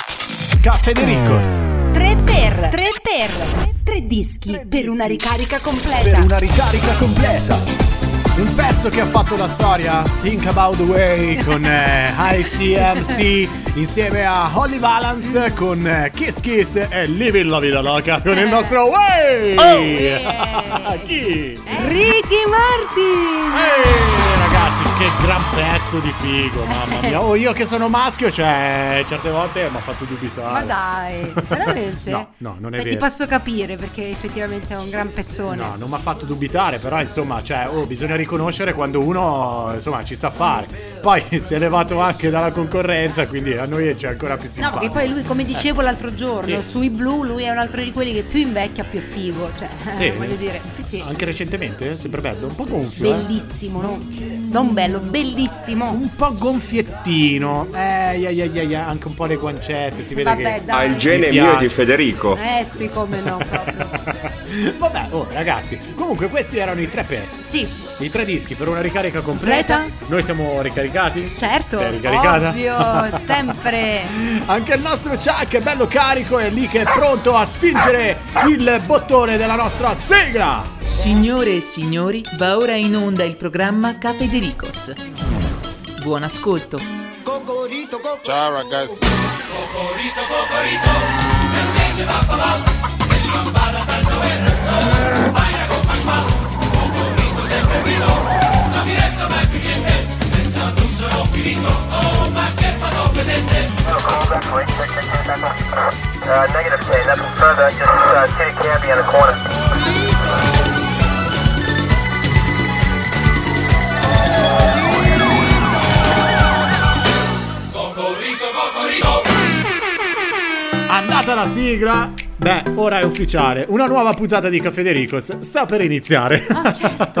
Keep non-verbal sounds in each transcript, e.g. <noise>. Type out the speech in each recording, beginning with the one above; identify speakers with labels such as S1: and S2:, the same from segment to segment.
S1: Francesca Federicos.
S2: 3 per 3 per 3 dischi
S1: Tre
S2: per una
S1: dischi.
S2: ricarica
S1: Per
S2: completa.
S1: una ricarica completa. Un pezzo che ha fatto la storia, Think About The Way con eh, ICMC insieme a Holly Balance con eh, Kiss Kiss e Living La Vida Loca con il nostro Way!
S2: Oh, yeah.
S1: <laughs> Chi?
S2: Eh? Ricky Martin!
S1: Ehi, ragazzi, che gran pezzo di figo, mamma mia. Oh, io che sono maschio, cioè, certe volte mi ha fatto dubitare.
S3: Ma dai, veramente?
S1: <laughs> No, no, non è
S3: Beh,
S1: vero.
S3: Ti posso capire perché effettivamente è un gran pezzone.
S1: No, non mi ha fatto dubitare, però insomma, cioè, oh, bisogna riconoscere quando uno insomma ci sa fare. Poi <laughs> si è elevato anche dalla concorrenza, quindi a noi c'è ancora più
S3: No,
S1: simpatico.
S3: perché poi lui, come dicevo l'altro giorno,
S1: Sì.
S3: sui blu, lui è un altro di quelli che più invecchia più è figo. Cioè, <laughs>
S1: Sì.
S3: voglio dire, sì, sì.
S1: Anche recentemente, sempre bello, un po' gonfio. eh?
S3: Bellissimo, no? Non bello, bellissimo.
S1: Un po' gonfiettino. Eh, ia, ia, ia, ia, anche un po' le guancette, si vede
S3: Vabbè,
S1: che.
S3: dai.
S4: Ha il
S1: Mi
S4: gene
S1: piace.
S4: mio e di
S1: Ecco.
S4: Federico.
S3: Eh sì, come no, proprio.
S1: <laughs> Vabbè, oh ragazzi, comunque questi erano i tre per.
S3: Sì,
S1: I tre dischi per una ricarica completa.
S3: Completa.
S1: Noi siamo ricaricati?
S3: certo.
S1: Sei ricaricata? <laughs>
S3: Ovvio, sempre.
S1: Anche il nostro Chuck è bello carico e lì che è pronto a spingere il bottone della nostra sigla.
S5: Signore e signori, va ora in onda il programma Cafedericos. Buon ascolto.
S6: Ciao ragazzi.
S7: Uh, negative 10, nothing further, just uh, city candy on the corner.
S1: Andata la sigla. Beh, ora è ufficiale. Una nuova puntata di Caffè De Ricos sta per iniziare.
S3: Ah, certo.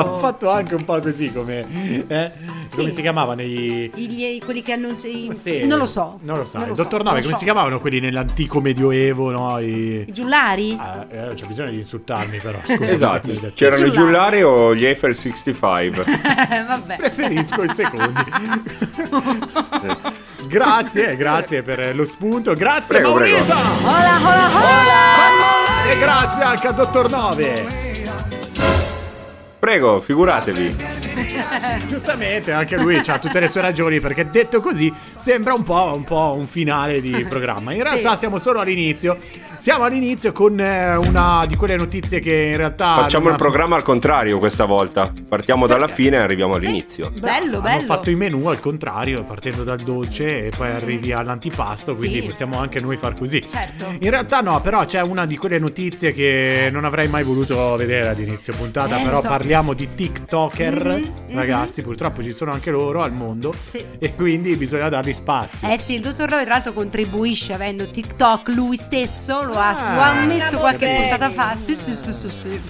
S1: <laughs> Ho fatto anche un po' così come... eh, Come si chiamava negli...
S3: I- quelli che annunciano. i-
S1: Sì,
S3: non lo so.
S1: Non lo so.
S3: Non
S1: Il
S3: so,
S1: Dottor Nove,
S3: non
S1: come
S3: so.
S1: si chiamavano quelli nell'antico medioevo, no? I...
S3: I giullari?
S1: Ah, eh, c'è bisogno di insultarmi
S4: <laughs>
S1: però. scusa,
S4: Esatto,
S1: perché-
S4: c'erano i
S3: Giullari.
S4: giullari o gli Eiffel 65.
S3: Eh, <laughs> vabbè.
S1: Ah. Preferisco i
S4: <laughs>
S1: secondi. grazie, grazie per lo spunto. Grazie
S4: Prego, prego.
S1: Maurita!
S3: Hola, hola, hola!
S1: E grazie anche a Dottor Nove.
S4: Prego, figuratevi.
S1: Giustamente, anche lui ha tutte le sue ragioni perché detto così sembra un po', un, po' un finale di programma. In realtà siamo solo all'inizio. Siamo all'inizio con eh, una di quelle notizie che in realtà...
S4: Facciamo
S1: non
S4: il
S1: ha-
S4: programma al contrario questa volta. Partiamo dalla fine e arriviamo all'inizio.
S3: Bello,
S1: Hanno
S3: bello. Mhm.
S1: fatto i menu al contrario, partendo dal dolce e poi arrivi all'antipasto, quindi
S3: Sì.
S1: possiamo anche noi far così.
S3: Certo.
S1: In realtà no, però c'è una di quelle notizie che non avrei mai voluto vedere ad inizio puntata,
S3: Eh,
S1: però
S3: lo so.
S1: parliamo di TikToker,
S3: Mhm,
S1: ragazzi, purtroppo ci sono anche loro al mondo
S3: Sì.
S1: e quindi bisogna dargli spazio.
S3: Eh sì, il dottor Rowe tra l'altro contribuisce avendo TikTok lui stesso, lo ha,
S1: Ah,
S3: lo ha messo
S1: siamo
S3: qualche
S1: bene.
S3: puntata fa. Sì, sì, sì, sì, sì.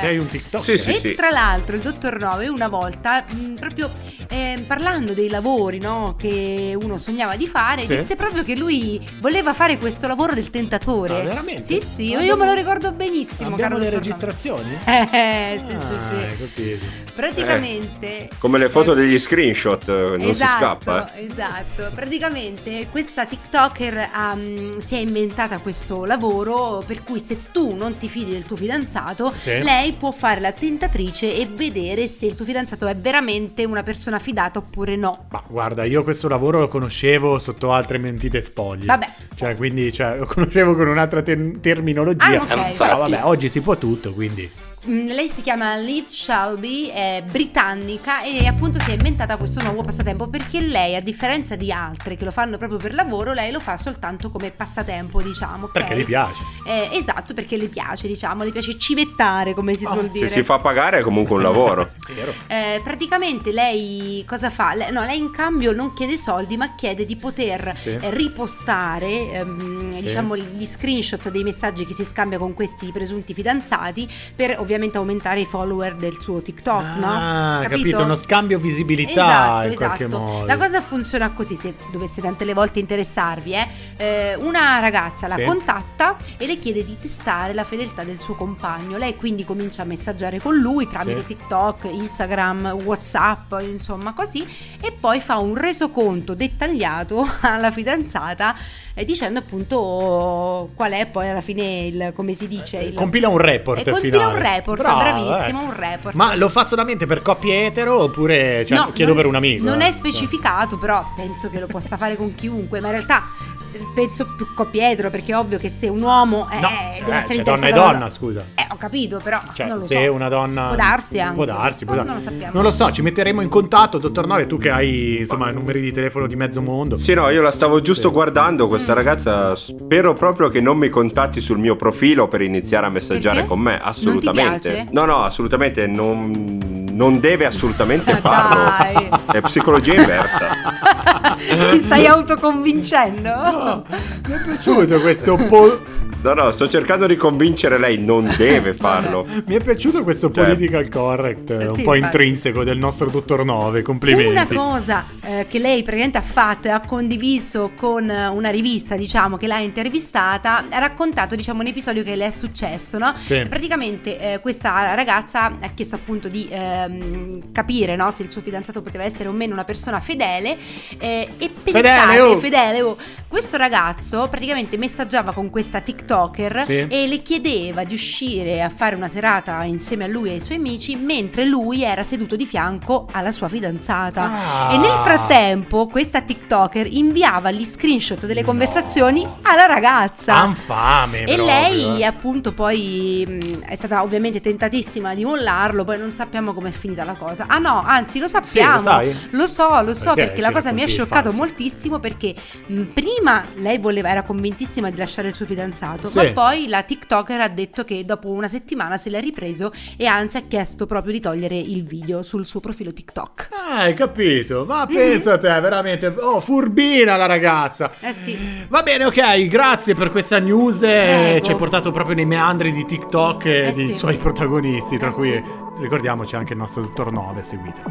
S1: Sei un TikToker?
S4: Sì, sì.
S3: E tra l'altro il dottor Nove una volta, mh, proprio eh, parlando dei lavori no, che uno sognava di fare,
S1: Sì.
S3: disse proprio che lui voleva fare questo lavoro del tentatore.
S1: Ah, veramente?
S3: Sì, sì,
S1: Abbiamo-
S3: io me lo ricordo benissimo.
S1: Abbiamo
S3: caro
S1: le
S3: dottor
S1: registrazioni?
S3: Nove. <laughs> Eh, sì,
S1: Ah,
S3: sì,
S1: hai capito.
S3: sì. Praticamente...
S4: Eh,
S3: eh,
S4: Come le foto degli screenshot, eh, non si
S3: esatto,
S4: scappa. eh.
S3: Esatto, praticamente questa TikToker ha, mm, si è inventata questo lavoro per cui se tu non ti fidi del tuo fidanzato,
S1: Sì.
S3: lei può fare la tentatrice e vedere se il tuo fidanzato è veramente una persona fidata oppure no.
S1: Ma guarda, io questo lavoro lo conoscevo sotto altre mentite spoglie.
S3: Vabbè.
S1: Cioè, quindi cioè, lo conoscevo con un'altra ter- terminologia.
S3: Ah, ok. Infatti.
S1: Però vabbè, oggi si può tutto, quindi.
S3: Mm, Lei si chiama Liv Shelby, è britannica e appunto si è inventata questo nuovo passatempo perché lei, a differenza di altre che lo fanno proprio per lavoro, lei lo fa soltanto come passatempo, diciamo. ok?
S1: Perché gli piace.
S3: Eh, esatto, perché le piace, diciamo, le piace civettare, come
S1: Ah,
S3: si suol dire.
S4: Se si fa pagare
S1: <laughs>
S4: è comunque un lavoro.
S1: Vero.
S3: Eh, praticamente lei cosa fa? Le- no, lei in cambio non chiede soldi, ma chiede di poter
S1: Sì.
S3: eh, ripostare ehm,
S1: Sì.
S3: diciamo gli screenshot dei messaggi che si scambia con questi presunti fidanzati per ovviamente aumentare i follower del suo TikTok,
S1: Ah,
S3: no?
S1: capito? Uno scambio visibilità
S3: Esatto,
S1: in qualche
S3: esatto.
S1: modo.
S3: La cosa funziona così, se dovesse tante le volte interessarvi, eh. Eh, una ragazza la
S1: Sì.
S3: contatta e le chiede di testare la fedeltà del suo compagno. Lei quindi comincia a messaggiare con lui tramite
S1: Sì.
S3: TikTok, Instagram, WhatsApp, insomma così, e poi fa un resoconto dettagliato <laughs> alla fidanzata eh, dicendo appunto qual è poi alla fine il come si dice il
S1: Compila un report
S3: E Eh, compila
S1: finale.
S3: un report,
S1: Brava,
S3: bravissimo,
S1: eh.
S3: un report.
S1: Ma lo fa solamente per coppie etero oppure cioè,
S3: No,
S1: chiedo
S3: non-
S1: per un amico?
S3: Non
S1: eh.
S3: è specificato, però penso che lo possa fare con chiunque. Ma in realtà se- penso più coppie etero, perché è ovvio che se un uomo è,
S1: No,
S3: deve
S1: eh,
S3: essere
S1: cioè,
S3: interessato
S1: donna e
S3: alla
S1: donna, scusa.
S3: Eh, ho capito, però
S1: Cioè,
S3: non lo
S1: se
S3: so.
S1: una donna
S3: Può darsi anche.
S1: Può darsi, può
S3: No,
S1: darsi.
S3: Non lo sappiamo.
S1: Non lo so, ci metteremo in contatto, dottor Nove, tu che hai insomma numeri di telefono di mezzo mondo.
S4: Sì, no, io la stavo giusto
S1: Sì.
S4: guardando questa
S3: Mm.
S4: ragazza. Spero proprio che non mi contatti sul mio profilo per iniziare a messaggiare
S3: Perché?
S4: con me. Assolutamente.
S3: Non ti piace?
S4: No, no, assolutamente. Non, non deve assolutamente
S3: Ma <laughs> dai.
S4: farlo. È psicologia inversa.
S3: <laughs> Ti stai autoconvincendo?
S1: <laughs> Mi è piaciuto questo po-
S4: No, no, sto cercando di convincere lei, non deve farlo.
S1: Mi è piaciuto questo
S4: Cioè-
S1: political correct, eh,
S3: Eh,
S1: un
S3: sì,
S1: po'
S3: infatti.
S1: intrinseco del nostro dottor Nove,
S3: Una
S1: complimenti.
S3: cosa eh, che lei praticamente ha fatto e ha condiviso con eh, una rivista, diciamo, che l'ha intervistata, ha raccontato, diciamo, un episodio che le è successo, no?
S1: Sì.
S3: Praticamente eh, questa ragazza ha chiesto appunto di ehm, capire no, se il suo fidanzato poteva essere o meno una persona fedele eh, e pensate, fedele,
S1: oh!
S3: oh, questo ragazzo praticamente messaggiava con questa TikToker
S1: Sì.
S3: e le chiedeva di uscire a fare una serata insieme a lui e ai suoi amici mentre lui era seduto di fianco alla sua fidanzata.
S1: Ah.
S3: E nel frattempo questa TikToker inviava gli screenshot delle
S1: No.
S3: conversazioni alla ragazza.
S1: Han fame,
S3: E
S1: proprio,
S3: lei
S1: eh.
S3: appunto poi mh, è stata ovviamente tentatissima di mollarlo, poi non sappiamo com'è finita la cosa. Ah no, anzi lo sappiamo.
S1: sai?
S3: Lo so, lo so,
S1: Perché
S3: perché, la
S1: ci
S3: cosa mi ha
S1: racconti il
S3: scioccato
S1: falso?
S3: moltissimo perché mh, prima lei voleva, era convintissima di lasciare il suo fidanzato,
S1: Sì.
S3: ma poi la TikToker ha detto che dopo una settimana se l'è ripreso e anzi ha chiesto proprio di togliere il video sul suo profilo TikTok.
S1: Ah, Hai capito? Ma
S3: Mhm.
S1: pensa a te, veramente. Oh, furbina la ragazza.
S3: Eh sì.
S1: Va bene, ok, grazie per questa news. eh,
S3: Prego.
S1: Ci ha portato proprio nei meandri di TikTok e
S3: Eh
S1: dei
S3: sì.
S1: suoi protagonisti, tra
S3: Eh
S1: cui
S3: sì.
S1: ricordiamoci anche il nostro dottor 9, seguite.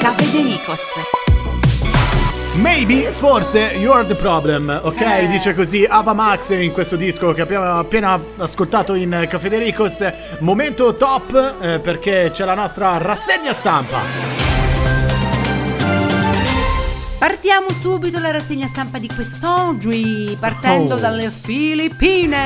S5: Cafe Dericos.
S1: Maybe, forse, you're the problem, ok?
S3: Eh.
S1: Dice così Ava Max in questo disco che abbiamo appena ascoltato in eh, Caffè De Ricos. Momento top eh, perché c'è la nostra rassegna stampa.
S3: Eh. Partiamo subito la rassegna stampa di quest'oggi, partendo
S1: Oh.
S3: dalle Filippine.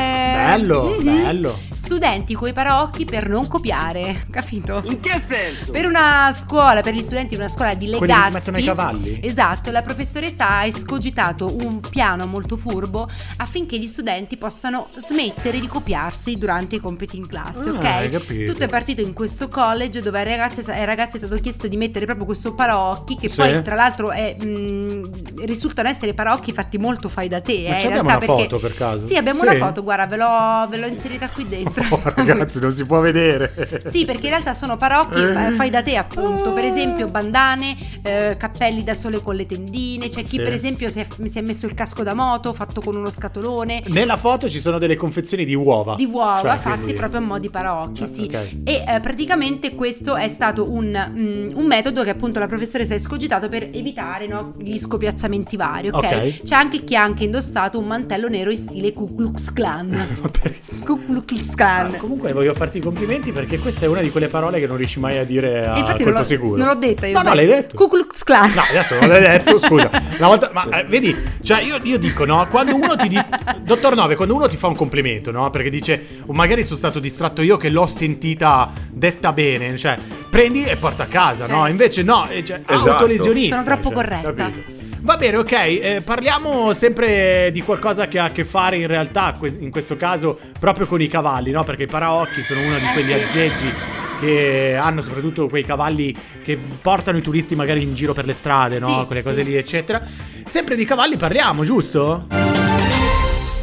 S1: Bello,
S3: Mhm.
S1: bello.
S3: Studenti coi paraocchi per non copiare, capito? In che senso? Per una scuola, per gli studenti di una scuola di
S1: Quelli
S3: Legazpi.
S1: che si mettono i cavalli?
S3: Esatto, la professoressa ha escogitato un piano molto furbo affinché gli studenti possano smettere di copiarsi durante i compiti in classe,
S1: Ah,
S3: ok?
S1: hai capito.
S3: Tutto è partito in questo college dove ai ragazzi, ai ragazzi è stato chiesto di mettere proprio questo paraocchi che
S1: Sì.
S3: poi tra l'altro è, mh, risultano essere paraocchi fatti molto fai da te.
S1: Ma
S3: eh,
S1: ci abbiamo
S3: in realtà
S1: una
S3: perché-
S1: foto, per caso?
S3: Sì, abbiamo
S1: Sì.
S3: una foto, guarda, ve l'ho, ve l'ho inserita qui
S1: <laughs>
S3: dentro.
S1: Oh,
S3: <laughs>
S1: ragazzi, non si può vedere.
S3: Sì, perché in realtà sono parocchi fa-
S1: Eh.
S3: fai da te, appunto. Per esempio, bandane, eh, cappelli da sole con le tendine. C'è
S1: Sì.
S3: chi, per esempio, si è, si è messo il casco da moto fatto con uno scatolone.
S1: Nella foto ci sono delle confezioni di uova.
S3: Di uova
S1: Cioè,
S3: fatti
S1: quindi-
S3: proprio a mo' di paraocchi,
S1: Cioè,
S3: sì.
S1: ok.
S3: E eh, praticamente questo è stato un, mm, un metodo che appunto la professoressa ha escogitato per evitare no, gli scopiazzamenti vari, ok?
S1: Ok.
S3: C'è anche chi ha anche indossato un mantello nero in stile Ku Klux
S1: <laughs>
S3: Klan.
S1: Ma perché?
S3: Ku Klux
S1: Ah,
S3: Klan.
S1: comunque voglio farti i complimenti perché questa è una di quelle parole che non riesci mai a dire a
S3: E infatti non
S1: colpo
S3: l'ho,
S1: Eh, sicuro.
S3: non l'ho detta
S1: No,
S3: io.
S1: no, l'hai detto.
S3: Ku Klux Klan.
S1: No, adesso non l'hai detto, scusa. La volta, ma eh, vedi, cioè io, io dico, no, quando uno ti dice, dottor Nove, quando uno ti fa un complimento, no, perché dice, "Oh, magari sono stato distratto io che l'ho sentita detta bene, cioè, prendi e porta a casa,
S3: Cioè.
S1: no, invece no, eh, cioè,
S4: Esatto.
S1: autolesionista.
S3: Sono troppo
S1: cioè,
S3: corretta.
S1: capito? Va bene, ok, eh, parliamo sempre di qualcosa che ha a che fare in realtà, que- in questo caso, proprio con i cavalli, no, perché i paraocchi sono uno di
S3: Eh,
S1: quegli
S3: sì.
S1: aggeggi che hanno soprattutto quei cavalli che portano i turisti magari in giro per le strade, no?
S3: Sì,
S1: Quelle
S3: sì.
S1: cose lì, eccetera. Sempre di cavalli parliamo, giusto?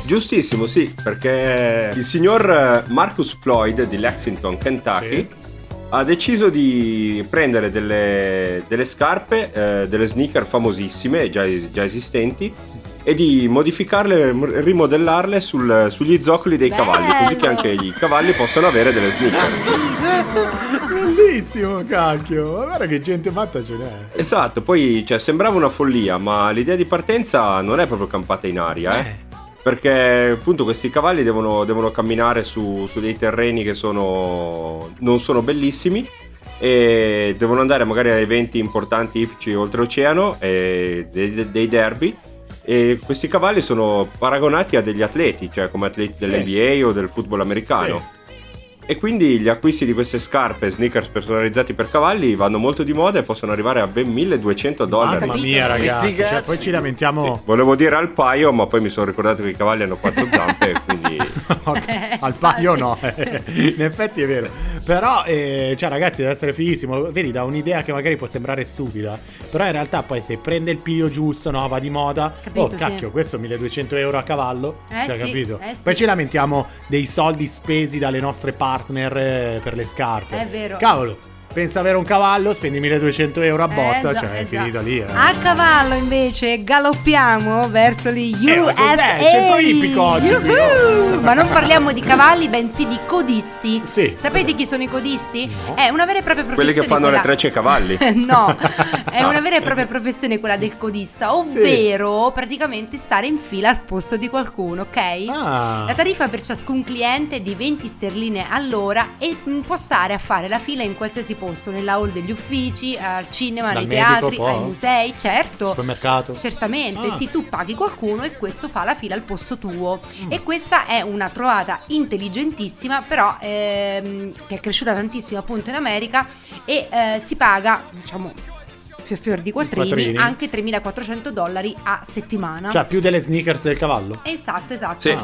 S4: Giustissimo, sì, perché il signor eh, Marcus Floyd di Lexington, Kentucky,
S1: Sì.
S4: ha deciso di prendere delle, delle scarpe, eh, delle sneaker famosissime, già, già esistenti, e di modificarle, m- rimodellarle sul- sugli zoccoli dei cavalli, così
S3: Bello.
S4: che anche i cavalli possano avere delle sneaker.
S1: Bellissimo, cacchio. Ma Guarda che gente matta ce n'è.
S4: Esatto, poi cioè, sembrava una follia, ma l'idea di partenza non è proprio campata in aria, eh. Perché appunto questi cavalli devono, devono camminare su, su dei terreni che sono, non sono bellissimi e devono andare magari a eventi importanti ipici oltreoceano, e dei, dei derby. E questi cavalli sono paragonati a degli atleti, cioè come atleti
S1: Sì.
S4: dell'NBA o del football americano. E quindi gli acquisti di queste scarpe, sneakers personalizzati per cavalli, vanno molto di moda e possono arrivare a ben 1200 dollari.
S1: Mamma mia, ragazzi.
S6: Questi
S1: Cioè,
S6: cazzi.
S1: poi ci lamentiamo
S4: Volevo dire al paio, ma poi mi sono ricordato che i cavalli hanno quattro zampe, e quindi...
S1: <laughs>
S3: Eh,
S1: al paio no in effetti è vero però eh, cioè ragazzi deve essere fighissimo vedi da un'idea che magari può sembrare stupida però in realtà poi se prende il piglio giusto no va di moda
S3: Capito,
S1: oh
S3: sì.
S1: cacchio questo 1200 euro a cavallo
S3: Eh
S1: cioè,
S3: sì,
S1: capito
S3: eh sì.
S1: poi ci lamentiamo dei soldi spesi dalle nostre partner eh, per le scarpe
S3: È vero.
S1: cavolo Pensa avere un cavallo, spendi 1200 euro a
S3: Eh,
S1: botta,
S3: già,
S1: cioè è
S3: eh, già.
S1: finita lì. Eh.
S3: <laughs> A cavallo invece galoppiamo verso gli
S1: Eh, ma cos'è?
S3: USA.
S1: Centro ippico oggi,
S3: Yuhu!
S1: però.
S3: Ma non parliamo di cavalli, bensì di codisti.
S1: Sì.
S3: Sapete chi sono i codisti?
S1: No.
S3: È una vera e propria
S4: Quelli
S3: professione.
S4: che fanno le
S3: quella-
S4: trecce ai cavalli.
S1: <laughs>
S3: <laughs> no, è una vera e propria professione quella del codista, ovvero praticamente stare in fila al posto di qualcuno, ok?
S1: Ah.
S3: La tariffa per ciascun cliente è di 20 sterline all'ora e mm, può stare a fare la fila in qualsiasi posto, nella hall degli uffici, al cinema,
S1: Dal
S3: nei
S1: medico
S3: teatri,
S1: può?
S3: ai musei, certo.
S1: Supermercato.
S3: Certamente,
S1: Ah.
S3: sì, tu paghi qualcuno e questo fa la fila al posto tuo.
S1: Mm.
S3: E questa è una trovata intelligentissima, però ehm, che è cresciuta tantissimo appunto in America e eh, si paga, diciamo, fior fior di quattrini,
S1: Quattrini.
S3: anche 3.400 dollari a settimana.
S1: Cioè, più delle sneakers del cavallo. Ah.
S3: Esatto, esatto.
S4: Sì.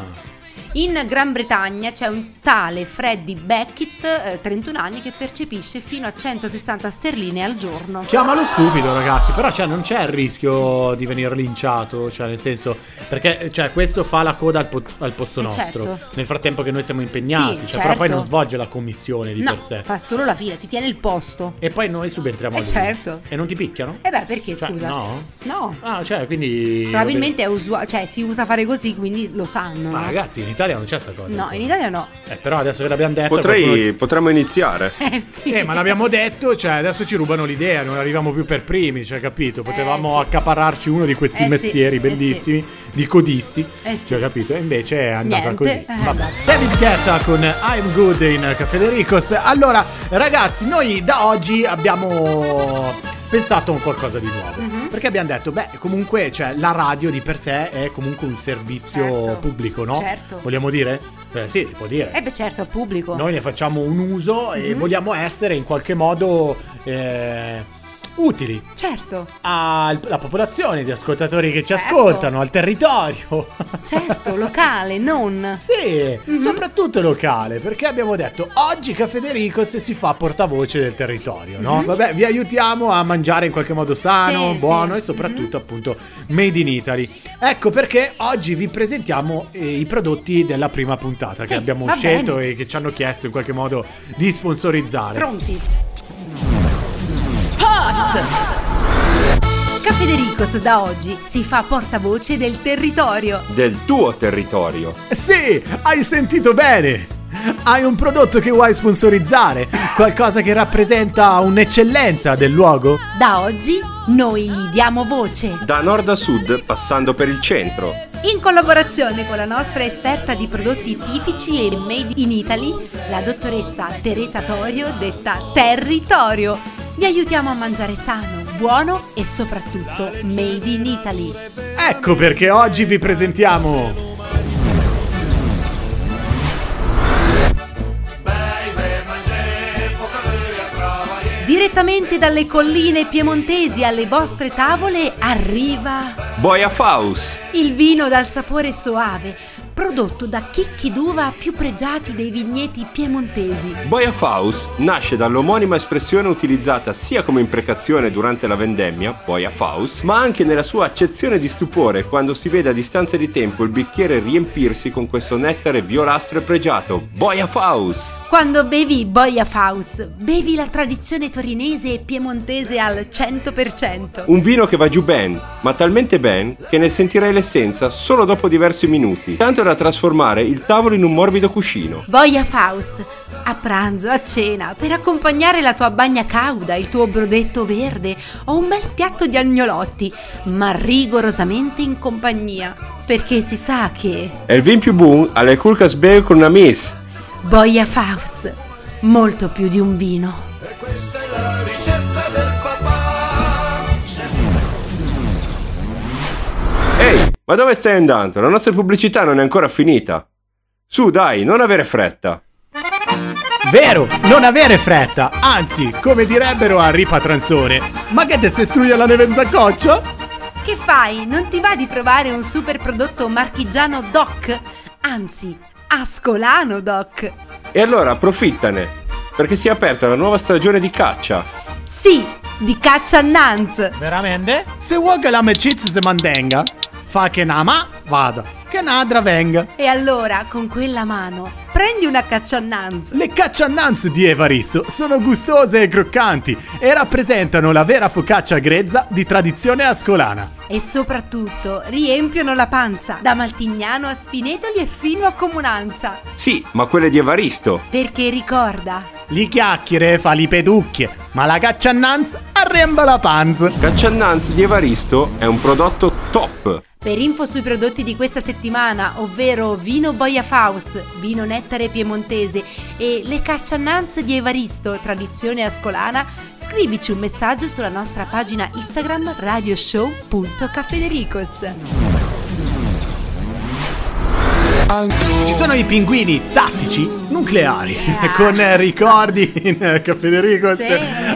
S3: In Gran Bretagna c'è un tale Freddy Beckett, eh, 31 anni, che percepisce fino a 160 sterline al giorno.
S1: Chiamalo stupido, ragazzi. Però, cioè, non c'è il rischio di venire linciato. Cioè, nel senso, perché cioè, questo fa la coda al, po- al posto
S3: Eh,
S1: nostro.
S3: certo.
S1: Nel frattempo che noi siamo impegnati.
S3: Sì,
S1: cioè, Però poi
S3: certo.
S1: non svolge la commissione di
S3: no,
S1: per sé.
S3: fa solo la fila, ti tiene il posto.
S1: E poi noi subentriamo
S3: Eh,
S1: a lui.
S3: certo.
S1: E non ti picchiano?
S3: E beh, perché
S1: Cioè,
S3: scusa?
S1: no?
S3: No.
S1: Ah, cioè, quindi.
S3: Probabilmente è usua- cioè, si usa fare così, quindi lo sanno.
S1: Ma
S3: no?
S1: ragazzi, in Italia non c'è sta cosa.
S3: no, in Italia no. <laughs>
S1: Eh, però adesso che l'abbiamo detto. qualcuno-
S4: Potrei, potremmo iniziare.
S3: Eh sì.
S1: Eh, ma l'abbiamo detto, cioè, adesso ci rubano l'idea, non arriviamo più per primi, cioè, capito? Potevamo
S3: Eh, sì.
S1: accaparrarci uno di questi
S3: Eh, sì,
S1: mestieri
S3: eh,
S1: bellissimi, di codisti,
S3: Eh, sì.
S1: cioè, capito? E invece è andata
S3: Niente.
S1: così.
S3: Eh,
S1: Vabbè.
S3: vabbè.
S1: David Guetta con I'm Good in Caffè De Ricos. Allora, ragazzi, noi da oggi abbiamo pensato a un qualcosa di nuovo.
S3: Mhm.
S1: Perché abbiamo detto, beh, comunque, cioè, la radio di per sé è comunque un servizio
S3: Certo.
S1: pubblico, no?
S3: Certo.
S1: Vogliamo dire? Eh, sì, si può dire.
S3: Eh beh, certo, è pubblico.
S1: Noi ne facciamo un uso e vogliamo essere in qualche modo eh, utili
S3: Certo,
S1: alla popolazione di ascoltatori che ci
S3: Certo.
S1: ascoltano, al territorio. <laughs>
S3: certo, locale, non.
S1: Sì,
S3: Mhm.
S1: soprattutto locale, perché abbiamo detto oggi Caffè De Ricos si fa portavoce del territorio, no? Vabbè, vi aiutiamo a mangiare in qualche modo sano,
S3: Mhm. Sì, Mhm.
S1: buono
S3: sì.
S1: e soprattutto appunto made in Italy. Ecco perché oggi vi presentiamo eh, i prodotti della prima puntata
S3: Sì,
S1: che abbiamo
S3: va
S1: scelto
S3: bene.
S1: e che ci hanno chiesto in qualche modo di sponsorizzare.
S3: Pronti? Caffè De Ricos da oggi si fa portavoce del territorio.
S4: Del tuo territorio.
S1: Sì, hai sentito bene! Hai un prodotto che vuoi sponsorizzare? Qualcosa che rappresenta un'eccellenza del luogo?
S3: Da oggi noi gli diamo voce.
S4: Da nord a sud, passando per il centro.
S3: In collaborazione con la nostra esperta di prodotti tipici e made in Italy, la dottoressa Teresa Torio, detta Territorio. Vi aiutiamo a mangiare sano, buono e soprattutto made in Italy.
S1: Ecco perché oggi vi presentiamo
S3: Direttamente dalle colline piemontesi alle vostre tavole arriva
S4: Boia Faus,
S3: il vino dal sapore soave, prodotto da chicchi d'uva più pregiati dei vigneti piemontesi.
S4: Boia Faus nasce dall'omonima espressione utilizzata sia come imprecazione durante la vendemmia, Boia Faus, ma anche nella sua accezione di stupore quando si vede a distanza di tempo il bicchiere riempirsi con questo nettare violastro e pregiato, Boia Faus!
S3: Quando bevi Boia Faus, bevi la tradizione torinese e piemontese al 100%.
S4: Un vino che va giù ben, ma talmente ben che ne sentirei l'essenza solo dopo diversi minuti, tanto da trasformare il tavolo in un morbido cuscino.
S3: Boia Faus, a pranzo, a cena, per accompagnare la tua bagna cauda, il tuo brodetto verde o un bel piatto di agnolotti, ma rigorosamente in compagnia, perché si sa che
S4: È il vin più buon alle Kulkas Beer con una miss.
S3: Boia Faus, molto più di un vino.
S4: Ehi, ma dove stai andando? La nostra pubblicità non è ancora finita. Su, dai, non avere fretta.
S1: Vero, non avere fretta, anzi, come direbbero a Ripa Transone, ma che te se struia la neve in saccoccia?
S3: Che fai? Non ti va di provare un super prodotto marchigiano DOC? Anzi, ascolano DOC!
S4: E allora approfittane, perché si è aperta la nuova stagione di caccia.
S3: Sì, di caccia Nanz!
S1: Veramente? Se vuoi che l'amicizia si mantenga, fa che una ma vada, che un'altra venga.
S3: E allora, con quella mano, prendi una caccia Nanz!
S1: Le cacciannanze di Evaristo sono gustose e croccanti e rappresentano la vera focaccia grezza di tradizione ascolana.
S3: E soprattutto, riempiono la panza, da Maltignano a Spinetoli e fino a Comunanza!
S4: Sì, ma quelle di Evaristo.
S3: Perché ricorda,
S1: Li chiacchiere fa li peducchie, ma la cacciannanza arremba la panza.
S4: Cacciannanz di Evaristo è un prodotto top.
S3: Per info sui prodotti di questa settimana, ovvero vino Boia Faus, vino nettare piemontese e le cacciannanze di Evaristo, tradizione ascolana, scrivici un messaggio sulla nostra pagina Instagram radioshow.cafedericos.
S1: Ci sono i pinguini tattici nucleari <laughs> con eh, ricordi in eh, Caffè Federico.
S3: Sì.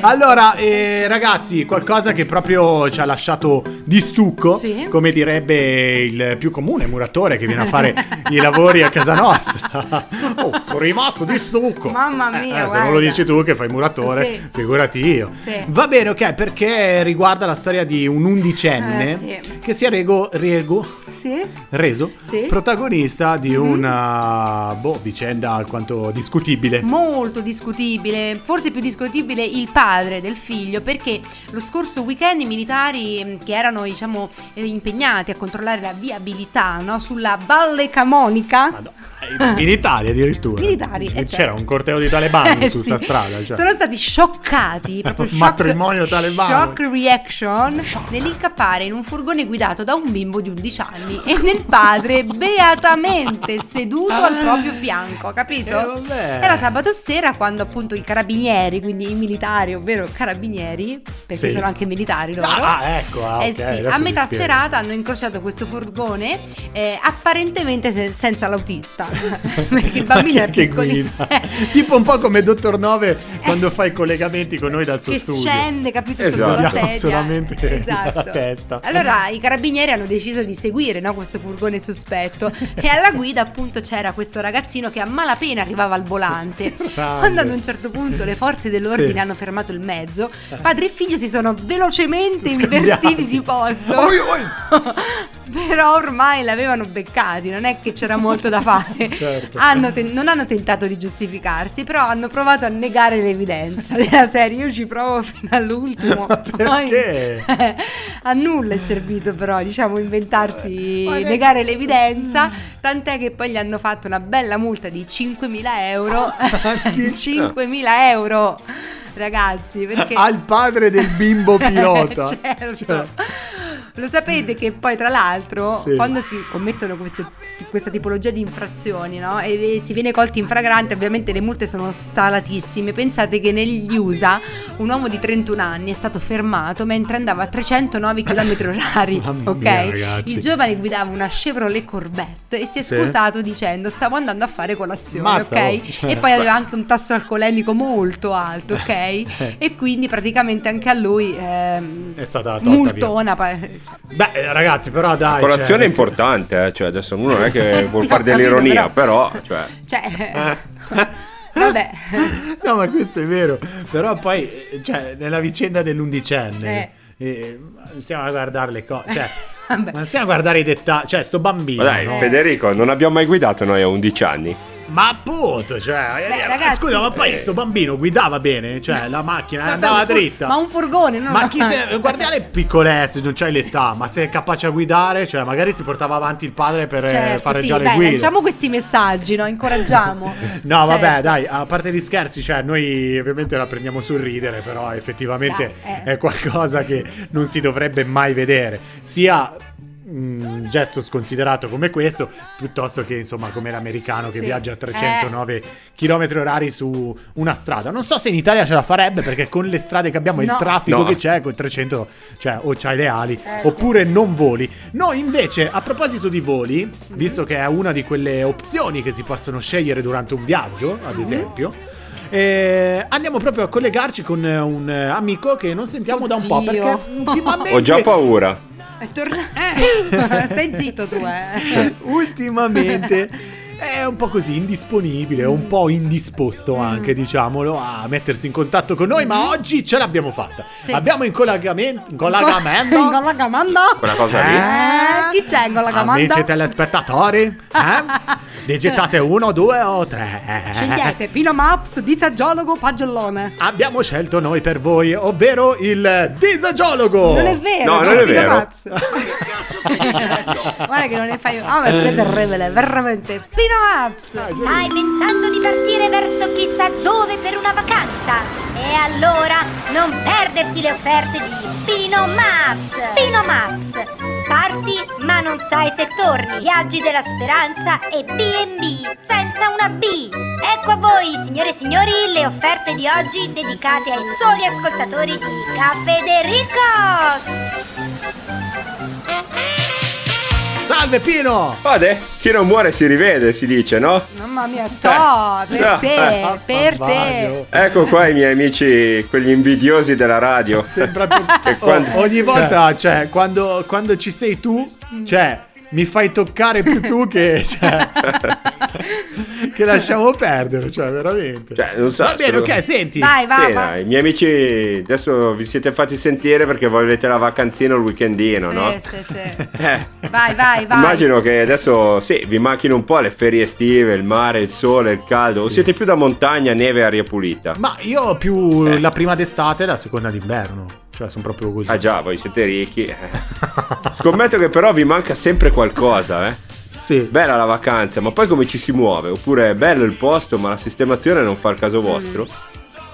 S1: Allora, eh, ragazzi, qualcosa che proprio ci ha lasciato di stucco,
S3: Sì.
S1: come direbbe il più comune muratore che viene a fare i lavori a casa
S3: <laughs>
S1: nostra. oh, sono rimasto di stucco. Eh,
S3: Mamma mia,
S1: se non lo
S3: guarda.
S1: dici tu che fai il muratore,
S3: Sì.
S1: figurati io.
S3: Sì.
S1: Va bene, ok, perché riguarda la storia di un undicenne
S3: Eh, sì.
S1: che si è rego- rego
S3: Sì?
S1: reso
S3: Sì. Mhm.
S1: protagonista di una boh, vicenda alquanto discutibile.
S3: Molto discutibile, forse più discutibile il padre del figlio, perché lo scorso weekend i militari mh, che erano diciamo eh, impegnati a controllare la viabilità no, sulla Valle Camonica.
S1: Madonna, Ah, eh, in Italia addirittura.
S3: Militari, eh,
S1: C'era
S3: certo.
S1: un corteo di talebani
S3: <laughs> Eh,
S1: su
S3: sì.
S1: sta strada. Cioè.
S3: Sono stati
S1: <laughs>
S3: scioccati, proprio shock,
S1: Matrimonio talebano.
S3: shock reaction nell'incappare in un furgone guidato da un bimbo di 11 anni e nel padre beatamente seduto al proprio fianco,
S1: Eh,
S3: capito?
S1: vabbè.
S3: Era sabato sera quando appunto i carabinieri, quindi i militari, ovvero carabinieri, perché
S1: Sì.
S3: sono anche militari loro.
S1: Ah, ecco. ah,
S3: Eh
S1: ok,
S3: sì,
S1: adesso
S3: a
S1: ti
S3: metà
S1: spiego.
S3: serata hanno incrociato questo furgone eh, apparentemente se-
S1: <laughs>
S3: senza l'autista <laughs> perché il
S1: <laughs>
S3: bambino
S1: Ma
S3: è
S1: chi è che
S3: piccolino <laughs> Eh.
S1: guida? tipo un po' come Dottor 9 quando fa i collegamenti con noi dal suo
S3: che
S1: studio.
S3: scende, capito, sotto
S4: Esatto.
S3: la
S1: Abbiamo
S3: sedia.
S1: solamente
S3: <laughs> esatto.
S1: la testa.
S3: Allora i carabinieri hanno deciso di seguire no, questo furgone sospetto e alla guida appunto c'era questo ragazzino che a malapena arrivava al volante.
S1: Grande.
S3: Quando ad un certo punto le forze dell'ordine
S1: Sì.
S3: hanno fermato il mezzo, padre e figlio si sono velocemente
S1: Scambiati.
S3: invertiti di posto.
S1: Oi, oi.
S3: <laughs> Però ormai l'avevano beccati, non è che c'era molto da fare.
S1: <laughs> Certo.
S3: Hanno ten- non hanno tentato di giustificarsi, però hanno provato a negare l'evidenza della serie. Io ci provo fino all'ultimo.
S1: <laughs> Ma perché?
S3: Poi- eh, <laughs> a nulla è servito, però, diciamo, inventarsi,
S1: Eh, Ma Mm. che-
S3: negare l'evidenza. Tant'è che poi gli hanno fatto una bella multa di 5.000
S1: <laughs>
S3: euro. <laughs>
S1: Oddio.
S3: 5.000 euro, ragazzi, perché.
S1: Al padre del
S3: <laughs>
S1: bimbo pilota.
S3: Eh, certo.
S1: Cioè.
S3: Lo sapete che poi tra l'altro
S1: Sì.
S3: quando si commettono queste- questa tipologia di infrazioni no? e e si viene colti in flagrante ovviamente le multe sono stalatissime. Pensate che negli USA un uomo di 31 anni è stato fermato mentre andava a 309
S1: <laughs>
S3: km orari.
S1: Mamma
S3: ok?
S1: mia, ragazzi.
S3: Il giovane guidava una Chevrolet Corvette e si è
S1: Sì.
S3: scusato dicendo stavo andando a fare colazione.
S1: Mazza,
S3: ok?
S1: oh, cioè.
S3: E poi aveva anche un tasso alcolemico molto alto. ok? E quindi praticamente anche a lui... ehm,
S1: Eh. È stata tolta via.
S3: multona pa-
S1: Beh, eh, ragazzi, però dai.
S4: Colazione
S1: cioè,
S4: è importante, eh, cioè adesso uno non
S1: <laughs>
S4: è che vuol
S3: Sì,
S4: fare
S3: ho capito,
S4: dell'ironia, però,
S3: <laughs>
S4: cioè,
S1: Eh.
S3: Cioè,
S1: <laughs>
S3: vabbè.
S1: No, ma questo è vero. Però poi, eh, cioè, nella vicenda dell'undicenne, eh, stiamo a guardare le cose. Cioè,
S3: <laughs> Vabbè.
S1: ma stiamo a guardare i dettagli. Cioè, sto bambino.
S4: ma dai,
S1: no?
S4: Federico, non abbiamo mai guidato noi a 11 anni.
S1: Ma appunto, cioè,
S3: Beh,
S1: eh,
S3: ragazzi-
S1: scusa, ma poi
S4: Eh.
S1: sto bambino guidava bene, cioè la macchina
S3: Vabbè,
S1: andava
S3: un fur-
S1: dritta.
S3: Ma un furgone, no?
S1: Ma
S3: no.
S1: chi se guarda le piccolezze, non c'hai l'età, ma se è capace a guidare, cioè magari si portava avanti il padre per eh,
S3: Certo,
S1: fare
S3: sì,
S1: già le
S3: dai,
S1: guide.
S3: lanciamo questi messaggi, no? Incoraggiamo.
S1: <laughs> No,
S3: Cioè,
S1: vabbè, dai, a parte gli scherzi, cioè noi ovviamente la prendiamo sul ridere, però effettivamente
S3: Dai, eh.
S1: è qualcosa che non si dovrebbe mai vedere, sia un gesto sconsiderato come questo, piuttosto che insomma come l'americano che
S3: Sì. Eh.
S1: viaggia a 309 km orari su una strada. Non so se in Italia ce la farebbe perché con le strade che abbiamo, il
S3: No.
S1: traffico
S4: No.
S1: che c'è, con 300, cioè o c'hai le ali
S3: Eh, sì.
S1: oppure non voli. Noi invece, a proposito di voli, visto che è una di quelle opzioni che si possono scegliere durante un viaggio, ad esempio, eh, andiamo proprio a collegarci con eh, un eh, amico che non sentiamo da un po'
S3: Oddio.
S1: perché ultimamente...
S4: <laughs> Ho già paura.
S3: Cioè, È tornato. <laughs> Stai zitto tu, eh.
S1: Cioè,
S3: <laughs>
S1: ultimamente è un po' così indisponibile, un po' indisposto
S3: Mm.
S1: anche, diciamolo, a mettersi in contatto con noi, ma oggi ce l'abbiamo fatta.
S3: Mm-hmm. Sì.
S1: Abbiamo in collegamento... In
S3: <laughs> Con
S1: collegamento...
S3: la gamanda?
S4: Quella cosa lì.
S3: Eh, chi c'è con la comanda?
S1: Amici telespettatori,
S3: <laughs>
S1: eh? digitate uno, due o tre. eh?
S3: Scegliete Pino Maps, disagiologo, pagiallone.
S1: Abbiamo scelto noi per voi, ovvero il disagiologo.
S3: Non è vero,
S4: Oh. No, non
S3: c'è
S4: è
S3: Pino
S4: vero.
S3: Maps. <laughs> Guarda che non ne fai. Ah, ma siete revele, veramente. Pino
S4: Ah,
S3: Maps.
S8: Stai pensando di partire verso chissà dove per una vacanza? E allora non perderti le offerte di Pino Maps! Pino Maps! Parti ma non sai se torni, viaggi della speranza e B&B senza una B! Ecco a voi, signore e signori, le offerte di oggi dedicate ai soli ascoltatori di Caffè De Ricos!
S1: Salve Pino!
S4: Vade, eh, chi non muore si rivede, si dice, no?
S3: Mamma mia,
S4: Cioè,
S3: to, per
S4: Eh.
S1: Ah,
S3: te, per te.
S1: Fabio.
S4: Ecco qua i miei amici, quegli invidiosi della radio.
S1: Sembra
S4: <laughs>
S1: più...
S4: E quando-
S1: O- Ogni volta, cioè, quando, quando ci sei tu, cioè, mi fai toccare più tu
S3: <laughs>
S1: che... cioè, che lasciamo perdere, cioè, veramente.
S4: Cioè, non so,
S1: Va bene,
S4: sono-
S1: ok, senti.
S3: Dai, va,
S4: Sì,
S3: va.
S4: dai, i miei amici adesso vi siete fatti sentire perché volete la vacanzina o il weekendino,
S3: Sì,
S4: no?
S3: sì, sì.
S4: Eh.
S3: Vai, vai, vai.
S4: Immagino che adesso sì, vi manchino un po' le ferie estive, il mare, il sole, il caldo. O siete più da montagna, neve e aria pulita?
S1: Ma io ho più
S4: Eh.
S1: la prima d'estate e la seconda d'inverno. Cioè, sono proprio così.
S4: Ah già, voi siete ricchi. eh. Scommetto che però vi manca sempre qualcosa, eh.
S1: <laughs> Sì.
S4: Bella la vacanza, ma poi come ci si muove? Oppure è bello il posto, ma la sistemazione non fa il
S3: Mm.
S4: caso vostro?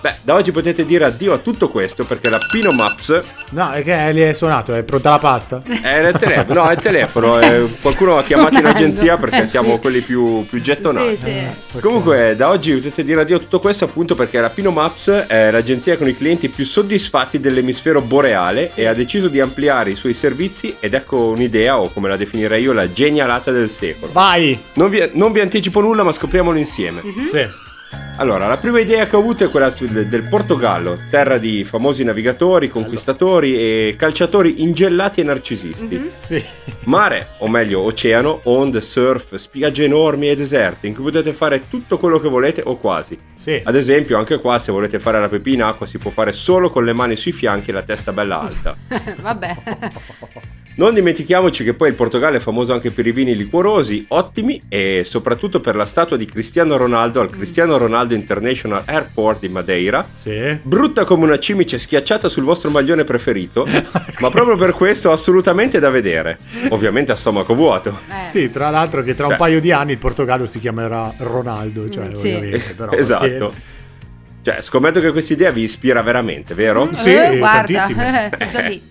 S4: Beh, da oggi potete dire addio a tutto questo perché la Pino Maps
S1: No, è che lì hai suonato, è pronta la pasta?
S4: è il telefono. No, è il telefono. eh, qualcuno ha chiamato in
S3: Suonando.
S4: agenzia perché
S3: Eh,
S4: siamo
S3: sì.
S4: quelli più, più gettonati.
S3: Sì, sì.
S1: Eh, Ok.
S4: Comunque, da oggi potete dire addio a tutto questo appunto perché la Pino Maps è l'agenzia con i clienti più soddisfatti dell'emisfero boreale e ha deciso di ampliare i suoi servizi ed ecco un'idea, o come la definirei io, la genialata del secolo.
S1: Vai!
S4: Non vi, non vi anticipo nulla, ma scopriamolo insieme.
S3: Mhm.
S1: Sì.
S4: Allora, la prima idea che ho avuto è quella sul- del Portogallo, terra di famosi navigatori, conquistatori e calciatori ingellati e narcisisti.
S3: Mhm.
S1: Sì.
S4: Mare, o meglio oceano, onde, surf, spiagge enormi e deserte in cui potete fare tutto quello che volete o quasi.
S1: Sì.
S4: Ad esempio, anche qua, se volete fare la pepina in acqua, si può fare solo con le mani sui fianchi e la testa bella alta.
S3: Mhm. <laughs> Vabbè.
S4: Non dimentichiamoci che poi il Portogallo è famoso anche per i vini liquorosi, ottimi e soprattutto per la statua di Cristiano Ronaldo al Cristiano Ronaldo International Airport di Madeira.
S1: Sì.
S3: Eh.
S4: Brutta come una cimice schiacciata sul vostro maglione
S1: <laughs>
S4: preferito, ma proprio per questo assolutamente da vedere. Ovviamente a stomaco vuoto.
S3: Eh.
S1: Sì, tra l'altro che tra un
S4: Beh.
S1: paio di anni il Portogallo si chiamerà Ronaldo, cioè
S3: Mm, sì.
S1: ovviamente, però
S4: <laughs> esatto. Cioè, scommetto che questa idea vi ispira veramente, vero?
S1: Sì,
S3: Eh, guarda,
S1: tantissime.
S3: eh, <laughs> sto già lì.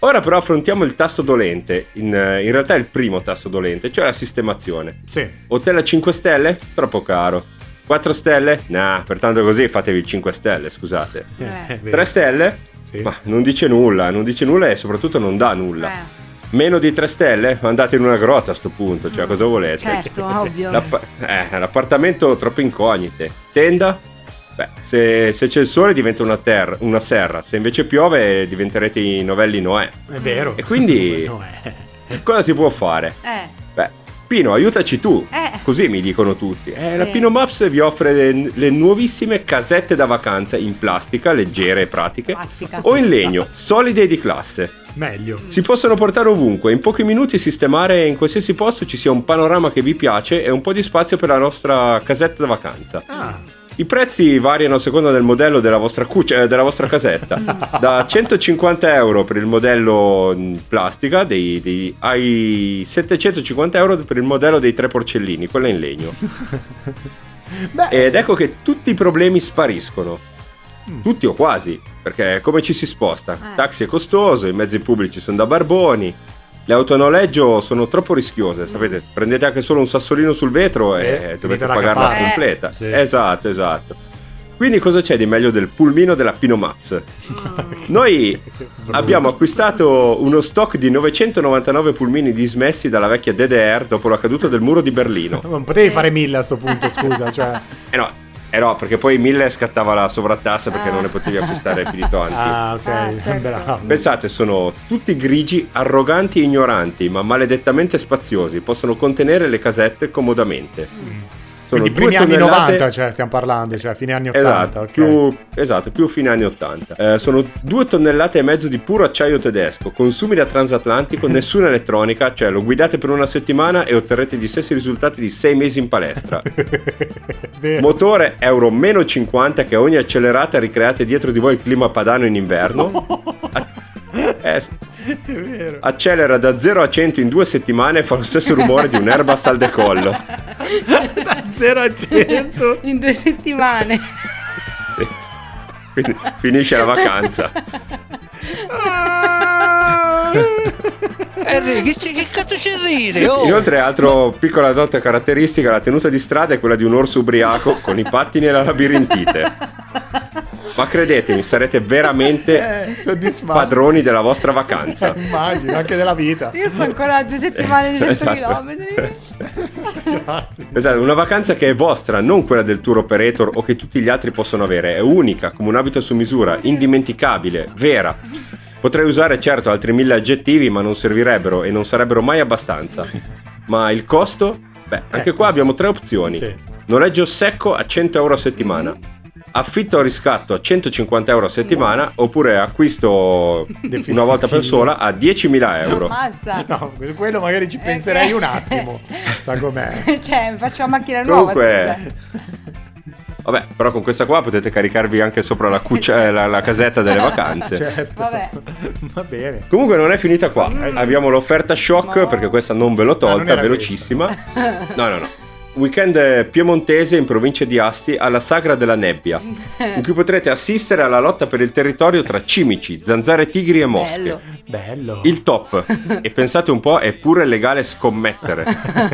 S4: Ora però affrontiamo il tasto dolente, in, eh, in realtà è il primo tasto dolente, cioè la sistemazione.
S1: Sì.
S4: Hotel a 5 stelle? Troppo caro. 4 stelle? Nah, pertanto così fatevi il 5 stelle, scusate.
S1: Eh,
S3: Eh.
S1: è vero.
S4: 3 stelle?
S1: Sì.
S4: Ma non dice nulla, non dice nulla e soprattutto non dà nulla.
S3: Eh,
S4: Meno di 3 stelle? Andate in una grotta a sto punto, cioè cosa volete?
S3: Mm.
S4: <laughs>
S3: certo, ovvio.
S4: L'appa- eh, l'appartamento troppe incognite. Tenda? Beh, se, se c'è il sole diventa una, terra, una serra, se invece piove diventerete i novelli Noè.
S1: È vero.
S4: E quindi-
S1: No, eh.
S4: <laughs> Cosa si può fare?
S3: Eh.
S4: Beh, Pino, aiutaci tu.
S3: Eh.
S4: Così mi dicono tutti. Eh, La
S3: Sì.
S4: Pino Maps vi offre le, le nuovissime casette da vacanza in plastica, leggere e pratiche,
S3: Plastica.
S4: o in legno, solide e di classe.
S1: Meglio.
S3: Mm.
S4: Si possono portare ovunque, in pochi minuti sistemare in qualsiasi posto ci sia un panorama che vi piace e un po' di spazio per la nostra casetta da vacanza. <laughs>
S1: Ah,
S4: I prezzi variano a seconda del modello della vostra, cuccia- eh, della vostra casetta, <laughs> da 150 euro per il modello in plastica dei- dei- ai 750 euro per il modello dei tre porcellini, quella in legno.
S1: beh,
S4: Ed ecco che tutti i problemi spariscono.
S1: Mm.
S4: Tutti o quasi, perché come ci si sposta?
S3: Eh.
S4: Taxi è costoso, i mezzi pubblici sono da barboni, le auto a noleggio sono troppo rischiose, sapete? Prendete anche solo un sassolino sul vetro
S1: Eh,
S4: e
S1: finita
S4: dovete
S1: la
S4: pagarla
S1: caparra.
S4: completa.
S1: Eh, sì.
S4: Esatto, esatto. Quindi cosa c'è di meglio del pulmino della Pino Maps?
S3: Mm.
S4: <laughs> Noi abbiamo acquistato uno stock di 999 pulmini dismessi dalla vecchia DDR dopo la caduta del muro
S1: <laughs>
S4: di Berlino.
S1: non potevi fare mille a sto punto, scusa.
S4: <laughs>
S1: Cioè,
S4: Eh no, eh no, perché poi 1000 scattava la sovrattassa perché non ne potevi acquistare più
S1: <laughs>
S4: di tanti.
S1: ah, ok.
S3: Ah, certo.
S1: Bravo.
S4: Pensate, sono tutti grigi, arroganti e ignoranti, ma maledettamente spaziosi. Possono contenere le casette comodamente. Sono
S1: Mm. Quindi
S4: due
S1: primi anni
S4: tonnellate-
S1: 90, cioè, stiamo parlando, cioè, fine anni 80.
S4: Esatto,
S1: ok. <laughs>
S4: più, esatto, più fine anni 80. Eh, sono due tonnellate e mezzo di puro acciaio tedesco, consumi da transatlantico,
S1: <laughs>
S4: nessuna elettronica, cioè lo guidate per una settimana e otterrete gli stessi risultati di sei mesi in palestra.
S1: Vero.
S4: Motore Euro meno 50 che a ogni accelerata ricreate dietro di voi il clima padano
S1: <laughs>
S4: in inverno. A- eh,
S1: È vero.
S4: accelera da 0 a 100 in due settimane e fa lo stesso rumore di un Airbus al decollo.
S1: Da 0 a
S4: <laughs>
S1: 100.
S3: In due settimane.
S4: Fin- Finisce la vacanza.
S1: Ah!
S6: Enrico, Eh, che, che cazzo c'è il ridere? Oh?
S4: Inoltre, altro piccola nota caratteristica, la tenuta di strada è quella di un orso ubriaco con i pattini e la labirintite. Ma credetemi, sarete veramente
S1: Eh, soddisfatto.
S4: padroni della vostra vacanza.
S1: Eh, <laughs> Immagino, anche della vita.
S3: Io sto ancora a due
S4: <laughs>
S3: settimane di 100
S4: Esatto.
S3: chilometri.
S1: Grazie.
S4: Esatto, una vacanza che è vostra, non quella del tour operator o che tutti gli altri possono avere. È unica, come un abito su misura, indimenticabile, vera. Potrei usare certo altri mille aggettivi, ma non servirebbero e non sarebbero mai abbastanza. Ma il costo? Beh, anche qua abbiamo tre opzioni.
S1: Sì.
S4: Noleggio secco a 100 euro a settimana. Affitto a riscatto a 150 euro a settimana oppure acquisto una volta per sola a 10.000 euro.
S3: Ammazza.
S1: <laughs> No, quello magari ci penserei un attimo. Sa
S4: <laughs>
S1: com'è.
S3: <laughs> cioè, faccio la macchina nuova. scusa.
S4: Comunque, vabbè, però con questa qua potete caricarvi anche sopra la, cuccia, eh, la, la casetta delle vacanze.
S1: Certo.
S3: Vabbè.
S1: Va bene.
S4: Comunque non è finita qua. Eh, Abbiamo l'offerta shock
S3: No.
S4: perché questa non ve l'ho
S1: Ah,
S4: tolta,
S1: non era
S4: velocissima. No, no, no. Weekend eh, piemontese in provincia di Asti alla Sagra della Nebbia, in cui potrete assistere alla lotta per il territorio tra cimici, zanzare tigri e mosche.
S3: Bello.
S1: Bello.
S4: Il top. e pensate un po', è pure legale scommettere.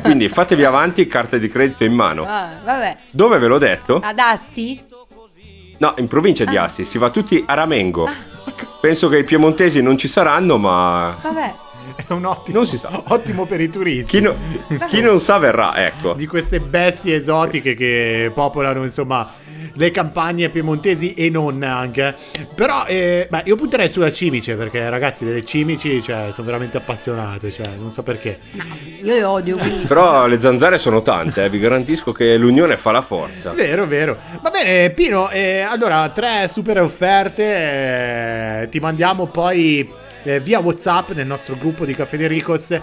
S4: Quindi fatevi avanti, carte di credito in mano.
S3: Ah, vabbè.
S4: Dove ve l'ho detto?
S3: Ad Asti?
S4: No, in provincia
S1: Ah.
S4: di Asti si va tutti a Ramengo. Penso che i piemontesi non ci saranno, ma
S3: Vabbè.
S1: È un ottimo,
S4: Non si sa.
S1: ottimo per i turisti.
S4: chi, no- chi non sa verrà, ecco.
S1: Di queste bestie esotiche che popolano, insomma, le campagne piemontesi e non anche. Però, eh, beh, io punterei sulla cimice, perché ragazzi, delle cimici, cioè, sono veramente appassionato, cioè, non so perché.
S3: Io le odio, quindi.
S4: Però le zanzare sono tante, eh, vi garantisco che l'unione fa la forza.
S1: Vero, vero. Va bene, Pino, eh, allora, tre super offerte, eh, ti mandiamo poi eh, via Whatsapp nel nostro gruppo di Caffè De Ricos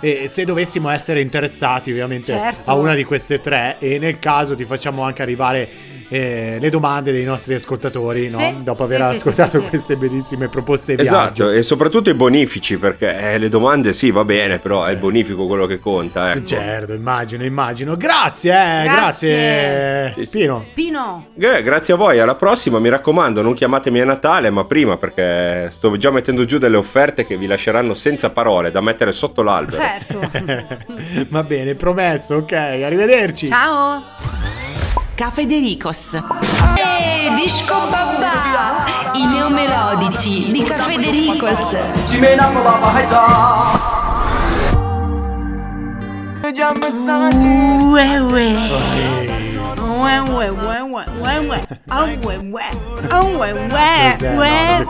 S1: eh, se dovessimo essere interessati ovviamente
S3: Certo.
S1: a una di queste tre e nel caso ti facciamo anche arrivare eh, le domande dei nostri ascoltatori, no?
S3: Sì.
S1: dopo aver
S3: Sì, sì,
S1: ascoltato
S3: sì, sì, sì.
S1: queste bellissime proposte di
S4: Esatto,
S1: viaggio.
S4: e soprattutto i bonifici, perché eh, le domande sì, va bene, però è il bonifico quello che conta, ecco.
S1: Certo, immagino, immagino. Grazie, eh, grazie,
S3: Grazie.
S4: Sì, sì.
S1: Pino.
S3: Pino.
S4: Eh, grazie a voi, alla prossima, mi raccomando, non chiamatemi a Natale, ma prima perché sto già mettendo giù delle offerte che vi lasceranno senza parole da mettere sotto l'albero.
S1: Cioè.
S4: <laughs>
S3: Certo.
S1: <laughs> Va bene, promesso, ok, arrivederci.
S3: Ciao.
S5: Caffè De Ricos.
S9: E disco babà, i neomelodici di Caffè De Ricos.
S2: Ue ue.
S1: Eh,
S2: Ue Uè, uè, uè, uè, uè, uè. Ah, uè, uè. Ah, uè, uè. Uè,
S1: Cos'è? No, non mi piace.
S2: uè.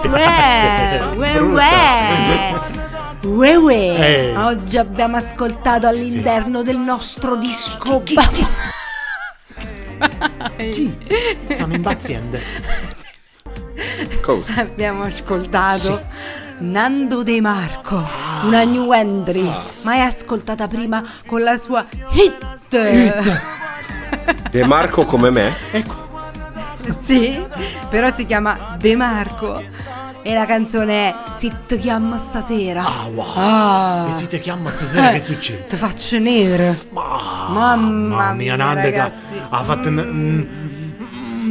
S2: Uè,
S1: Brutta.
S2: uè. Uè,
S1: Ehi.
S2: uè. Oggi abbiamo ascoltato all'interno del nostro disco.
S1: Chi? Sono
S3: <laughs>
S1: impaziente.
S4: Cosa?
S3: Abbiamo ascoltato Nando De Marco,
S1: Ah.
S3: una new entry, mai ascoltata prima con la sua hit.
S4: De Marco come me?
S3: <laughs> Sì, però si chiama De Marco e la canzone è Si ti chiama stasera.
S1: Ah, wow.
S3: Ah.
S1: E se ti chiamo stasera che succede?
S3: <laughs> Ti faccio nero.
S1: Ma-
S3: Mamma mia,
S1: Nande che ha-
S3: ragazzi.
S1: ha fatto n- n-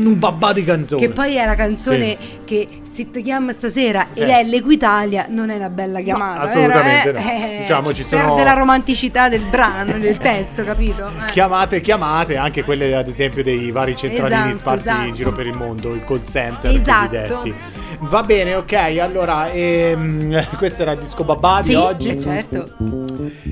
S1: un babà di canzone.
S3: Che poi è la canzone che si ti chiama stasera
S1: Sì.
S3: ed è l'Equitalia, non è una bella chiamata.
S1: assolutamente
S3: vero?
S1: no. Diciamo, ci sono-
S3: Perde la romanticità del brano, del testo, capito? Eh.
S1: Chiamate, chiamate, anche quelle ad esempio dei vari centralini
S3: Esatto,
S1: sparsi
S3: esatto.
S1: in giro per il mondo, il call center
S3: Esatto.
S1: cosiddetti. Va bene, ok, allora, ehm, <laughs> questo era il disco babà
S3: sì,
S1: di oggi.
S3: eh, certo.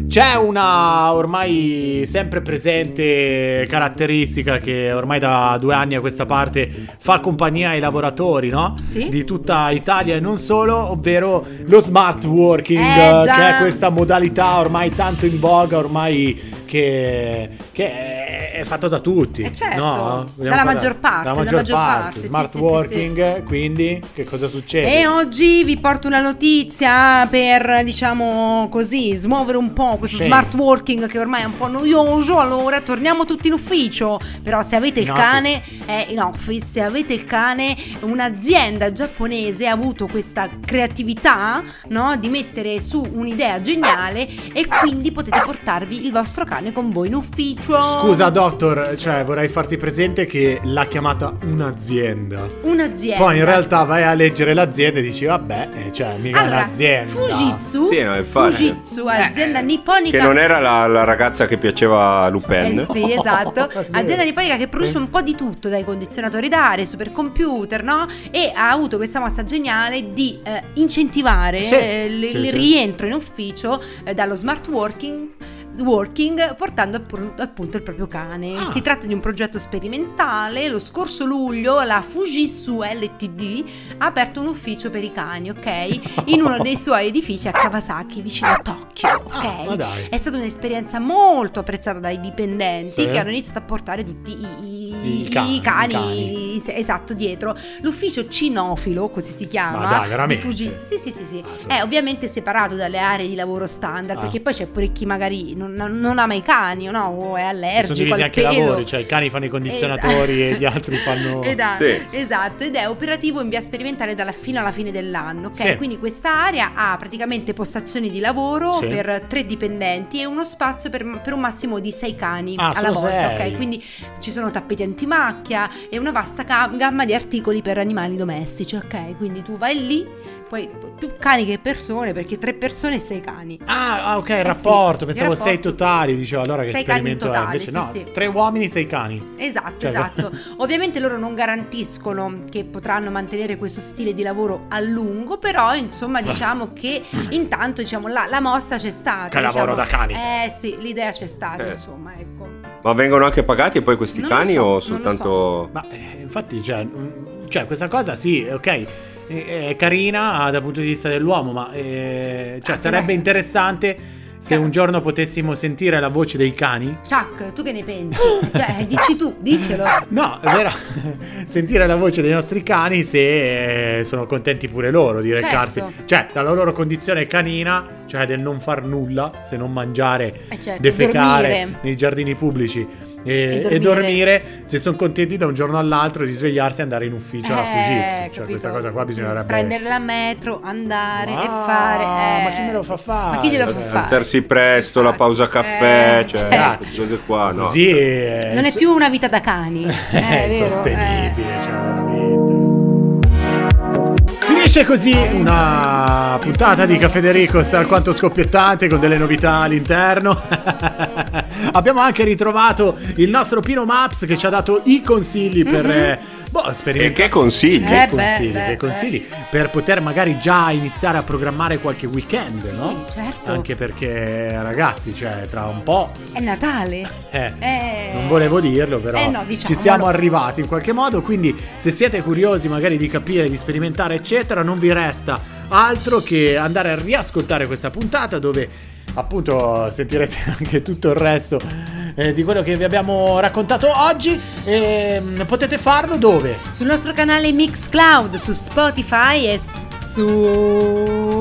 S1: C'è una ormai sempre presente caratteristica che ormai da due anni a questa parte fa compagnia ai lavoratori, no?
S3: Sì.
S1: Di tutta Italia e non solo, ovvero lo smart working,
S3: Eh,
S1: eh,
S3: già.
S1: che è questa modalità ormai tanto in voga, ormai che, che è, è fatto da tutti.
S3: Eh, certo.
S1: no?
S3: Dalla
S1: Vogliamo parlare-
S3: maggior
S1: Dalla
S3: parte, dalla
S1: maggior
S3: maggior
S1: parte.
S3: parte, sì,
S1: Smart
S3: sì, sì,
S1: working, quindi che cosa succede?
S3: E oggi vi porto una notizia per, diciamo così, smuovere un po' questo
S1: Sì.
S3: smart working che ormai è un po' noioso. Allora, torniamo tutti in ufficio. Però se avete il
S1: In
S3: cane, eh, in office, se avete il cane, un'azienda giapponese ha avuto questa creatività, no, di mettere su un'idea geniale e quindi potete portarvi il vostro cane con voi in ufficio.
S1: Scusa, Doctor, cioè vorrei farti presente che l'ha chiamata un'azienda.
S3: un'azienda.
S1: Poi in realtà vai a leggere l'azienda e dici vabbè, eh, cioè mica è
S3: allora,
S1: un'azienda. Eh.
S3: Fujitsu,
S4: Sì, no, infatti.
S3: Fujitsu, azienda nipponica
S4: Che non era la, la ragazza che piaceva a Lupin.
S3: Eh
S1: <laughs>
S3: sì, esatto.
S1: È vero.
S3: Azienda nipponica che produce un po' di tutto, dai condizionatori d'aria, supercomputer, no? E ha avuto questa mossa geniale di eh, incentivare
S1: Sì,
S3: eh, l-
S1: sì,
S3: il
S1: sì.
S3: rientro in ufficio eh, dallo smart working. Working portando appun- appunto il proprio cane.
S1: Ah.
S3: Si tratta di un progetto sperimentale. Lo scorso luglio la Fujitsu LTD ha aperto un ufficio per i cani, ok? In uno dei suoi edifici a Kawasaki, vicino a Tokyo, ok? Eh,
S1: Ah, ma dai.
S3: È stata un'esperienza molto apprezzata dai dipendenti
S1: Sì.
S3: che hanno iniziato a portare tutti i, i-
S1: I cani,
S3: i
S1: i
S3: cani,
S1: cani.
S3: se- esatto, dietro. L'ufficio cinofilo, così si chiama,
S1: Ma dai, veramente?
S3: di Fujitsu. Sì, sì, sì, eh, sì.
S1: Ah, sì.
S3: È ovviamente separato dalle aree di lavoro standard,
S1: Ah.
S3: perché poi c'è pure chi magari non, non ama i cani, o no? O è
S1: Si sono
S3: allergico
S1: divisi
S3: al
S1: anche i
S3: pelo.
S1: lavori, cioè i cani fanno i condizionatori
S3: Esatto.
S1: e gli altri
S3: <laughs>
S1: fanno...
S3: Ed ha-
S4: Sì.
S3: Esatto, ed è operativo in via sperimentale dalla fino alla fine dell'anno. Ok,
S1: Sì.
S3: quindi questa area ha praticamente postazioni di lavoro
S1: Sì.
S3: per tre dipendenti e uno spazio per, per un massimo di sei cani
S1: Ah,
S3: alla
S1: solo
S3: volta.
S1: sei.
S3: Ok, quindi ci sono tappeti antimacchia e una vasta ca- gamma di articoli per animali domestici. Ok, quindi tu vai lì, poi più cani che persone perché tre persone e sei cani.
S1: Ah, ah, ok, il
S3: Eh, sì,
S1: rapporto,
S3: il
S1: pensavo sei
S3: rapporto.
S1: totali, dicevo allora che
S3: Sei cani in
S1: esperimento è,
S3: totale,
S1: invece no,
S3: sì, sì.
S1: tre uomini, sei cani.
S3: Esatto,
S1: Cioè,
S3: esatto. Ovviamente loro non garantiscono che potranno mantenere questo stile di lavoro a lungo, però
S1: Ah.
S3: insomma diciamo che intanto diciamo, la, la mossa c'è stata.
S1: Mm. Che
S3: diciamo.
S1: lavoro da cani.
S3: Eh sì, l'idea c'è stata,
S4: Eh.
S3: insomma, ecco.
S4: Ma vengono anche pagati poi questi
S3: Non lo
S4: cani
S3: so, non
S4: o
S3: lo
S4: soltanto...
S1: Ma eh, infatti, cioè, mm, cioè, questa cosa sì, ok, è- è carina ah, dal punto di vista dell'uomo, ma eh, cioè,
S3: Ah,
S1: sarebbe
S3: però-
S1: interessante se
S3: Cioè-
S1: un giorno potessimo sentire la voce dei cani.
S3: Chuck, tu che ne pensi? <gasps> Cioè, dici tu, dicelo.
S1: <laughs> No, è vero. Sentire la voce dei nostri cani se eh, sono contenti pure loro di
S3: Certo.
S1: recarsi. Cioè, dalla loro condizione canina, cioè del non far nulla, se non mangiare,
S3: Eh, certo,
S1: defecare
S3: dormire.
S1: nei giardini pubblici e, e dormire.
S3: dormire.
S1: se sono contenti da un giorno all'altro di svegliarsi e andare in ufficio alla Fujitsu. Cioè,
S3: Eh, capito?
S1: questa cosa qua bisognerebbe
S3: Prendere la metro, andare e
S1: Ah,
S3: fare. eh,
S1: ma chi me lo fa fare?
S3: Ma chi glielo fa
S1: Vabbè.
S3: fare?
S4: Alzarsi presto, la pausa caffè,
S3: Eh,
S4: cioè
S1: certo.
S4: queste cose qua, no?
S1: Così eh,
S3: Non è più una vita da cani. Eh,
S1: <laughs> è
S3: vero?
S1: cioè, sostenibile,
S3: Eh.
S1: cioè veramente. Finisce così una puntata di Cafedericos alquanto scoppiettante con delle novità all'interno. <laughs> Abbiamo anche ritrovato il nostro Pino Maps che ci ha dato i consigli per eh, boh,
S4: E
S1: sperimentare.
S4: che
S1: Che
S4: consigli?
S3: Mhm. Eh, beh,
S1: consigli,
S3: beh,
S1: che
S3: beh.
S1: consigli per poter magari già iniziare a programmare qualche weekend,
S3: Sì,
S1: no?
S3: certo.
S1: Anche perché ragazzi, cioè, tra un po'
S3: È Natale.
S1: eh,
S3: Eh.
S1: non volevo dirlo, però
S3: Eh, no,
S1: ci
S3: diciamolo.
S1: siamo arrivati in qualche modo, quindi se siete curiosi magari di capire, di sperimentare, eccetera, non vi resta altro che andare a riascoltare questa puntata dove appunto sentirete <laughs> anche tutto il resto eh, di quello che vi abbiamo raccontato oggi e mm, potete farlo dove?
S3: Sul nostro canale Mixcloud, su Spotify e su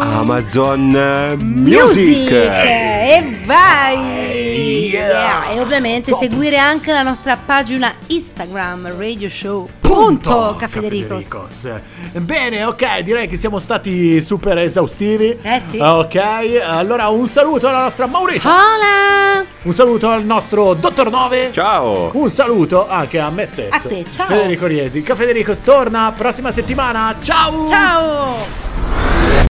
S4: Amazon Music.
S3: E vai!
S4: Yeah.
S3: E ovviamente seguire anche la nostra pagina Instagram Radio Show. Punto Cafedericos.
S1: Cafedericos. Bene, ok, direi che siamo stati super esaustivi.
S3: Eh sì.
S1: Ok, allora un saluto alla nostra Maurita.
S3: Hola!
S1: Un saluto al nostro Dottor 9.
S4: Ciao.
S1: Un saluto anche a me stesso.
S3: A te, ciao.
S1: Federico Riesi. Cafederico torna prossima settimana. Ciao.
S3: Ciao!